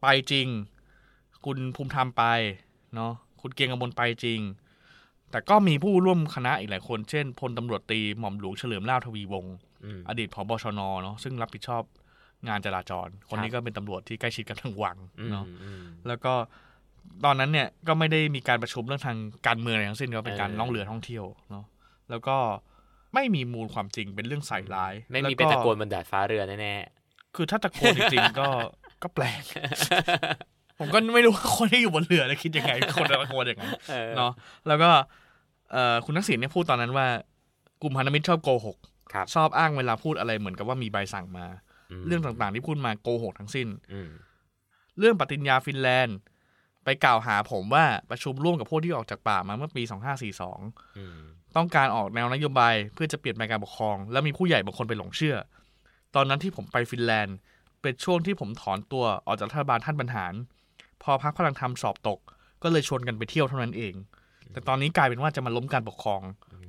S2: ไปจริง คุณภูมิธรรมไปเนาะคุณเกรียงกมลไปจริง แต่ก็มีผู้ร่วมคณะอีกหลายคน เช่นพลตำรวจตรีหม่อมหลวงเฉลิมลาภทวีวงศ์
S3: อืม
S2: อดีตผบชนเนาะซึ่งรับผิดชอบงานจราจร คน
S3: ครับ
S2: นี้ก็เป็นตำรวจที่ใกล้ชิดกับทางวัง
S3: อืม
S2: เนาะ
S3: อืม
S2: แล้วก็ ตอนนั้นเนี่ยก็ไม่ได้มีการประชุมเรื่องทางการเมืองอะไรทั้งสิ้นก็เป็นการ
S3: เออ
S2: ล่องเรือท่องเที่ยวเนาะแล้วก็ไม่มีมูลความจริงเป็นเรื่องใส่ร้าย
S3: ไม่มี
S2: แว
S3: ไปตะโกนบนดาดฟ้าเรือแน่
S2: คือถ้าตะโกนจริงๆก็ก็แปลก ผมก็ไม่รู้ว่าคนที่อยู่บนเรือเนี่ยคิดยังไงคนตะโกนอย่างนั้น
S3: ๆออ
S2: เนาะแล้วก็เอ่อคุณทักษิณเนี่ยพูดตอนนั้นว่ากลุ่มพันธมิตรชอบโกหก
S3: ครับ
S2: ชอบอ้างเวลาพูดอะไรเหมือนกับว่ามีใบสั่งมา
S3: ม
S2: เรื่องต่างๆที่พูดมาโกหกทั้งสิ้น
S3: อืม
S2: เรื่องปฏิญญาฟินแลนด์ ไปกล่าวหาผมว่าประชุมร่วมกับพวกที่ออกจากป่ามาเมื่อปี 2542
S3: อืม
S2: ต้องการออกแนวนโยบายเพื่อจะเปลี่ยนแปลงการปกครอง และมีผู้ใหญ่บางคนไปหลงเชื่อ ตอนนั้นที่ผมไปฟินแลนด์ เป็นช่วงที่ผมถอนตัวออกจากรัฐบาลท่านบรรหาร พอพักพลังธรรมสอบตก ก็เลยชวนกันไปเที่ยวเท่านั้นเอง แต่ตอนนี้กลายเป็นว่าจะมาล้มการปกครอง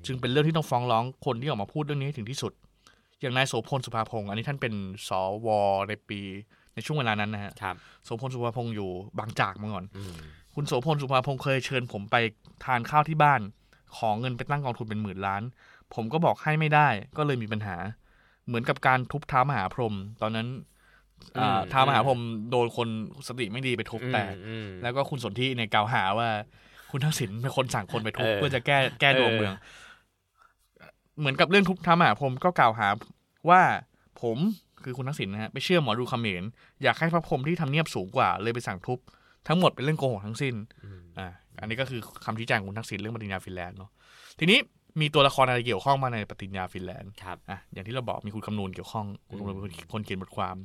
S2: จึงเป็นเรื่องที่ต้องฟ้องร้องคนที่ออกมาพูดเรื่องนี้ให้ถึงที่สุด อย่างนายโสพลสุภาพงศ์อันนี้ท่านเป็นสวในปีในช่วงเวลานั้นนะฮะ
S3: ครับ
S2: โสพลสุภาพงศ์อยู่บางจากมาก่อน
S3: อืม
S2: คุณโสพลสุภาพงศ์เคยเชิญผมไปทานข้าวที่บ้าน ขอเงินไปตั้งกองทุนเป็นหมื่นล้าน ผมก็บอกให้ไม่ได้ ก็เลยมีปัญหา เหมือนกับการทุบเท้ามหาพรหมตอนนั้นอ่าเท้ามหาพรหมโดนคนสติไม่ดีไปทุบแตก
S3: อืม
S2: แล้วก็คุณสนธิเนี่ยกล่าวหาว่า คุณทักษิณเป็นคนสั่งคนไปทุบ
S3: เออ
S2: เพื่อจะแก้แก้ดวง
S3: เออ
S2: เมือง เหมือนกับเรื่องทุบท้ามหาพรหมก็กล่าวหาว่าผมคือคุณทักษิณนะฮะไปเชื่อหมอดูเขมรอยากให้พระพรหมที่ทำเนียบสูงกว่า เลยไปสั่งทุบ ทั้งหมดเป็นเรื่องโกหกทั้งสิ้น
S3: อืม
S2: อ่าอันนี้ก็คือคำชี้แจงของคุณทักษิณเรื่องปฏิญญาฟินแลนด์เนาะทีนี้มีตัวละครอะไรเกี่ยวข้องมาในปฏิญญาฟินแลนด์
S3: ครับ
S2: อ่ะอย่างที่เราบอกมีคุณคำนูนเกี่ยวข้องคุณคำนูนเป็นคนเขียนบทความ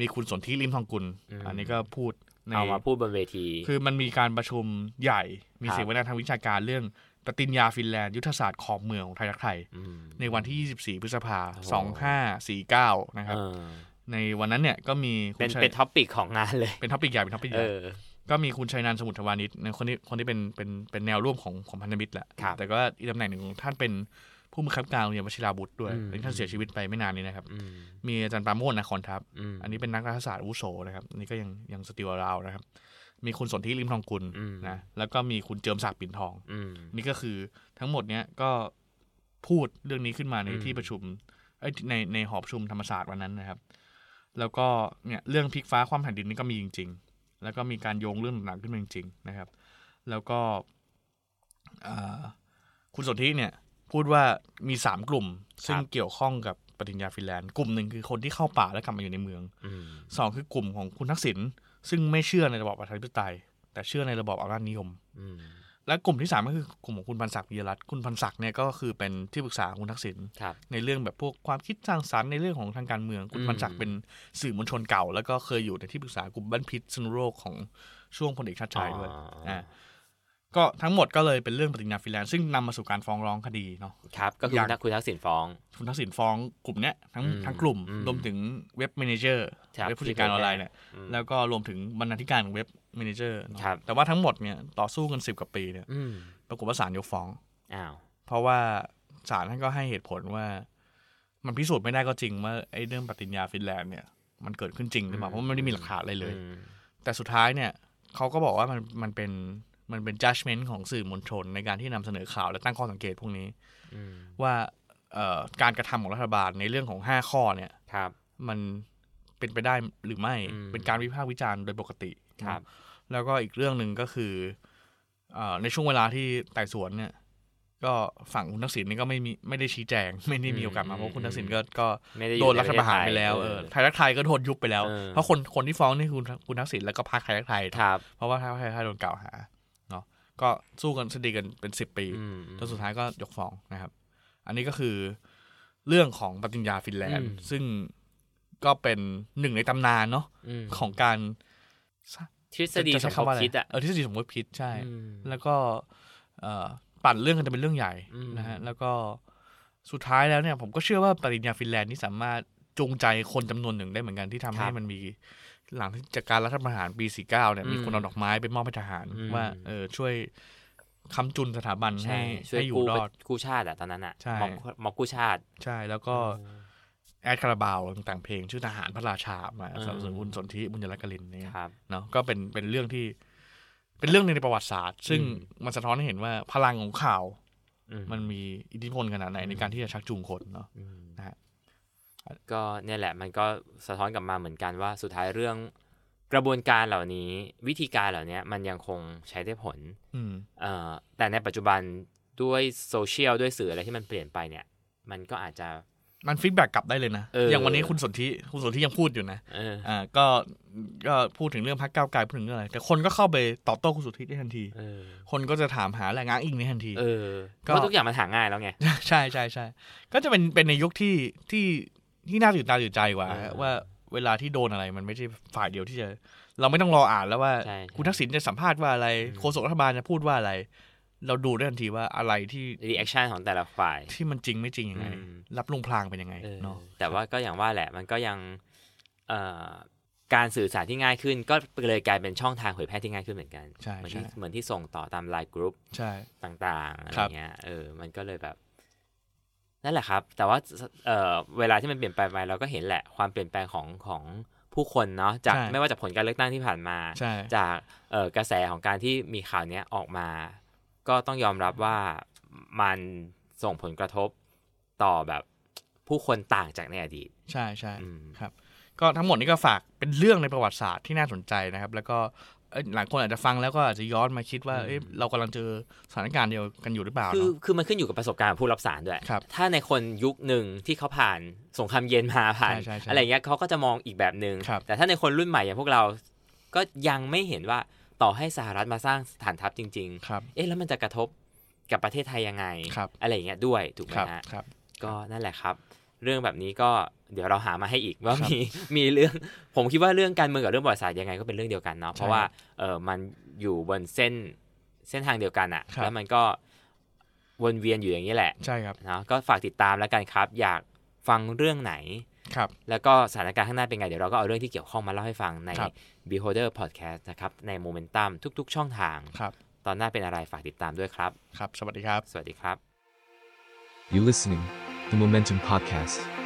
S2: มีคุณสนธิริมทองกุล
S3: อืม
S2: อันนี้ก็พูดใน
S3: เอามาพูดบนเวที
S2: คือมันมีการประชุมใหญ่ มี
S3: ครับ
S2: เสวนาทางวิชาการเรื่องปฏิญญาฟินแลนด์ ยุทธศาสตร์ขอบเมืองของไทยรักไทย
S3: ม
S2: ในวันที่ 24 พฤษภา
S3: โอ้โห
S2: สองห้าสี่เก้านะครับ
S3: เออ
S2: ในวันนั้นเนี่ยก็มีคุ
S3: เป็น
S2: ณชัย
S3: เป็นท็อปปิกของงานเลย
S2: เป็นท็อปิกใหญ่เป็นท็อปิกให
S3: เอ
S2: ญ่
S3: อ
S2: ก็มีคุณชัยนันท์สมุทรวานิชนะคนนี้คนที่เป็นเป็นเป็นแนวร่วมของของพันธมิตรแหละ
S3: ครับ
S2: แต่ก็อีกตำแหน่งหนึ่งของท่านเป็นผู้บังคับการโรงเรียนวชิราบุตรด้วย
S3: อืม
S2: ซึ่งท่านเสียชีวิตไปไม่นานนี้นะครับ
S3: อืม
S2: มีอาจารย์ปราโมทนาคอนทัพ
S3: ม
S2: อันนี้เป็นนักรัฐศาสตร์อาวุโสนะครับอันนี้ก็ยังยังสติลราวนะครับ มีคุณสนธิริมทองกุล
S3: อืม
S2: นะแล้วก็มีคุณเจิมศักดิ์ปิ่นทอง
S3: อืม
S2: นี่ก็คือทั้งหมดเนี้ยก็พูดเรื่องนี้ขึ้นมาใน
S3: อืม
S2: ที่ประชุมเอ้ยในในหอประชุมธรรมศาสตร์วันนั้นนะครับ แล้วก็เนี่ยเรื่องพลิกฟ้าความแผ่นดินนี่ก็มีจริง ๆ แล้วก็มีการโยงเรื่องหนังๆขึ้นมาจริงๆนะครับ แล้วก็อ่าคุณสนธิเนี่ย พูดว่ามีสามกลุ่ม ซึ่งเกี่ยวข้องกับปฏิญญาฟินแลนด์กลุ่มหนึ่งคือคนที่เข้าป่าและกลับมาอยู่ในเมือง
S3: อืม
S2: สองคือกลุ่มของคุณทักษิณซึ่งไม่เชื่อในระบอบประชาธิปไตย แต่เชื่อในระบอบอำนาจนิยม
S3: อืม
S2: และกลุ่มที่สามก็คือกลุ่มของคุณพันศักดิ์วียรัตน์คุณพันศักดิ์เนี่ยก็คือเป็นที่ปรึกษาของคุณทักษิณ
S3: ครับ
S2: ในเรื่องแบบพวกความคิดสร้างสรรค์ในเรื่องของทางการเมือง คุณ
S3: อืม
S2: พันศักดิ์เป็นสื่อมวลชนเก่า แล้วก็เคยอยู่ในที่ปรึกษากลุ่มบ้านพิษสนุโลกของช่วงพลเอกชาติชายด้วย
S3: อ่า
S2: ่าก็ทั้งหมดก็เลยเป็นเรื่องปฏิญญาฟินแลนด์ซึ่งนำมาสู่การฟ้องร้องคดีเนาะ
S3: ครับ ก็คื
S2: ยั
S3: อง นักคุณทักษิณฟ้อง
S2: คุณทักษิณฟ้องกลุ่มเนี้ยทั้ง
S3: อืม
S2: ทั้งกลุ่ม
S3: อืม
S2: รวมถึงเว็บเมนเจอร์
S3: ครับ
S2: เว็บผู้จัดการออนไลน์เนี่ย
S3: อืม
S2: แล้วก็รวมถึงบรรณาธิการของเว็บเมนเจอร์เนอะ
S3: ครับ
S2: แต่ว่าทั้งหมดเนี่ยต่อสู้กันสิบกว่าปีเนี่ย
S3: อืม
S2: ปรากฏว่าศาลยกฟ้อง
S3: อ้าว
S2: เพราะว่าศาลท่านก็ให้เหตุผลว่า มันพิสูจน์ไม่ได้ก็จริงว่าไอ้เรื่องปฏิญญาฟินแลนด์เนี่ยมันเกิดขึ้นจริงหรือเปล่า
S3: อืม
S2: เพราะมันไม่ได้มีหลักฐานอะไรเลย
S3: อืม
S2: แต่สุดท้ายเนี่ยเขาก็บอกว่ามันมันเป็นมันเป็น judgment ของสื่อมวลชนในการที่นำเสนอข่าวและตั้งข้อสังเกตพวกนี้
S3: อืม
S2: ว่าเอ่อการกระทำของรัฐบาลในเรื่องของ 5 ข้อเนี่ย
S3: ครับ
S2: มันเป็นไปได้หรือไม่
S3: อืม
S2: เป็นการวิพากษ์วิจารณ์โดยปกติ
S3: ครับ
S2: นะแล้วก็อีกเรื่องหนึ่งก็คือเอ่อในช่วงเวลาที่ไต่สวนเนี่ย ก็ฝั่งคุณทักษิณนี่ก็ไม่มีไม่ได้ชี้แจง ไม่ได้มีโอกาสมาเพราะคุณทักษิณก็ก็
S3: ไม่ได้อยู่
S2: โดนรัฐประหาร
S3: ใน
S2: ไป
S3: เทศทย
S2: แล้วเอ
S3: เอ
S2: อ
S3: อ
S2: ไทยรักไทยก็โดนยุบไปแล้ว
S3: เออ
S2: เพราะคนคนที่ฟ้องนี่คือคุณคุณทักษิณแล้วก็พรรคไทยรักไทยนะครับ เพราะว่าพรรคไทยรักไทยโดนกล่าวหาเนาะก็สู้กันสดีกันเป็นสิบปี
S3: อืม
S2: จนสุดท้ายก็ยกฟ้องนะครับ อันนี้ก็คือเรื่องของปฏิญญาฟินแลนด์
S3: อืม
S2: ซึ่งก็เป็นหนึ่งในตำนานเนาะ
S3: อืม
S2: ของการ
S3: ทฤษฎี
S2: จะ
S3: ส
S2: ใช้
S3: มคบ
S2: คำว่าอะไร
S3: คิดอ่ะ
S2: เออทฤษฎีสมคบคิดใช่
S3: อืม
S2: แล้วก็เอ่อปั่นเรื่องกันจะเป็นเรื่องใหญ่
S3: อืม
S2: นะฮะแล้วก็สุดท้ายแล้วเนี่ย ผมก็เชื่อว่าปริญญาฟินแลนด์นี่สามารถจูงใจคนจำนวนหนึ่งได้เหมือนกันที่ทำให้มันมีหลังจากการรัฐประหารปี 49 เนี่ยมีคนเอาดอกไม้ไปมอบให้ทหาร ว่าเออช่วยคำจุนสถาบันให้
S3: ใช่ช่วย
S2: ให้อยู่
S3: กู้
S2: ร
S3: ป
S2: อ
S3: ระ
S2: ด
S3: กู้ชาติอ่ะตอนนั้นอ่ะ
S2: ใช่
S3: ม็อบม็อบกู้ชาติ
S2: ใช่ แล้วก็แอดคาราบาวแต่งเพลงชื่อทหารพระราชามา
S3: อืม
S2: สนับสนุนคุณสนธิบุญยรักกลินเนี่ย
S3: ครับ
S2: เนาะก็เป็นเป็นเรื่องที่ เป็นเรื่องหนึ่งในประวัติศาสตร์ ซึ่ง
S3: อืม
S2: มันสะท้อนให้เห็นว่าพลังของข่าว
S3: อืม
S2: มันมีอิทธิพลขนาดไหนในการที่จะชักจูงคนเนาะ
S3: อืม
S2: นะฮะ
S3: ก็เนี่ยแหละมันก็สะท้อนกลับมาเหมือนกันว่าสุดท้ายเรื่อง กระบวนการเหล่านี้วิธีการเหล่านี้มันยังคงใช้ได้ผล
S2: อืม
S3: เอ่อแต่ในปัจจุบันด้วยโซเชียลด้วยสื่ออะไรที่มันเปลี่ยนไปเนี่ย มันก็อาจจะ
S2: มันฟีดแบ็กกลับได้เลยนะ
S3: เอออ
S2: อย่างวันนี้คุณสนธิคุณสนธิยังพูดอยู่นะ
S3: เออ
S2: อ่า ก็ก็พูดถึงเรื่องพักก้าวไกลพูดถึงเรื่องอะไร แต่คนก็เข้าไปตอบโต้คุณสนธิได้ทันที
S3: เออ
S2: คนก็จะถามหาแหล่งอ้างอิงในทันที
S3: เออ
S2: ก็
S3: ก็ทุกอย่างมันหาง่ายแล้วไง
S2: ใช่ใช่ใช่ก็จะเป็นเป็นในยุคที่ที่ที่น่าตื่นตาตื่นใจกว่า
S3: เออ
S2: ว่าเวลาที่โดนอะไรมันไม่ใช่ฝ่ายเดียวที่จะ เราไม่ต้องรออ่านแล้วว่า
S3: ใช่
S2: คุณทักษิณจะสัมภาษณ์ว่าอะไร
S3: อืม
S2: โฆษกรัฐบาลจะพูดว่าอะไร เราดูได้ทันทีว่าอะไรที่
S3: รีแอคชั่นของแต่ละฝ่าย
S2: ที่มันจริงไม่จริงยังไง
S3: อืม
S2: รับลงพลางเป็นยังไง
S3: เออ
S2: เนาะ
S3: แต่ว่าก็อย่างว่าแหละมันก็ยังเอ่อการสื่อสารที่ง่ายขึ้น ก็เลยกลายเป็นช่องทางเผยแพร่ที่ง่ายขึ้นเหมือนกัน
S2: ใช่
S3: เหมือน
S2: ใช่
S3: ที่เหมือนที่ส่งต่อตามไลน์กรุ๊ป
S2: ใช่
S3: ต่างๆอะไร
S2: ครับ
S3: เงี้ยเออมันก็เลยแบบ นั่นแหละครับ แต่ว่าเอ่อเวลาที่มันเปลี่ยนแปลงไปเราก็เห็นแหละความเปลี่ยนแปลงของของผู้คนเนาะจากไม่ว่าจากผลการเลือกตั้งที่ผ่านมา
S2: ใช่
S3: จากเอ่อกระแสของการที่มีข่าวเนี้ยออกมา ก็ต้องยอมรับว่ามันส่งผลกระทบต่อแบบผู้คนต่างจากในอดีต
S2: ใช่ใช่
S3: อืม
S2: ครับ ก็ทั้งหมดนี้ก็ฝากเป็นเรื่องในประวัติศาสตร์ที่น่าสนใจนะครับ แล้วก็เอ้ยหลายคนอาจจะฟังแล้วก็อาจจะย้อนมาคิดว่าเอ้ยเรากำลังเจอสถานการณ์เดียวกันอยู่หรือเปล่า
S3: คือ
S2: เนาะ
S3: คือมันขึ้นอยู่กับประสบการณ์ของผู้รับสารด้วย
S2: ครับ
S3: ถ้าในคนยุคหนึ่งที่เขาผ่านสงครามเย็นมาผ่าน
S2: ใช่ใช่ใช่
S3: อะไรเงี้ยเขาก็จะมองอีกแบบหนึ
S2: ครั
S3: ง่
S2: บ
S3: งแต่ถ้าในคนรุ่นใหม่อย่างพวกเรา ก็ยังไม่เห็นว่าต่อให้สหรัฐมาสร้างฐานทัพจริง
S2: ครับ
S3: ๆ เอ๊ะแล้วมันจะกระทบกับประเทศไทยยังไง
S2: ครับ
S3: อะไรเงี้ยด้วยถูกไหม
S2: ครับ
S3: ฮะ
S2: ครับ
S3: ก็นั่นแหละครับ เรื่องแบบนี้ก็เดี๋ยวเราหามาให้อีกว่า
S2: ครับ
S3: มี มีเรื่อง ผมคิดว่าเรื่องการเมืองกับเรื่องประวัติศาสตร์ยังไงก็เป็นเรื่องเดียวกันเนาะเพราะว่าเออมันอยู่บนเส้นเส้นทางเดียวกันอะ
S2: ครับ
S3: แล้วมันก็วนเวียนอยู่อย่างนี้แหละ
S2: ใช่ครับ
S3: เนาะก็ฝากติดตามแล้วกันครับ อยากฟังเรื่องไหน
S2: ครับ
S3: แล้วก็สถานการณ์ข้างหน้าเป็นไง เดี๋ยวเราก็เอาเรื่องที่เกี่ยวข้องมาเล่าให้ฟังใน
S2: ครับ
S3: Beholder Podcast นะครับใน Momentum ทุก ๆ ช่องทาง
S2: ครับ
S3: ตอนหน้าเป็นอะไรฝากติดตามด้วยครับ
S2: ครับ สวัสดีครับ
S3: สวัสดีครับ
S1: You listening, the Momentum Podcast.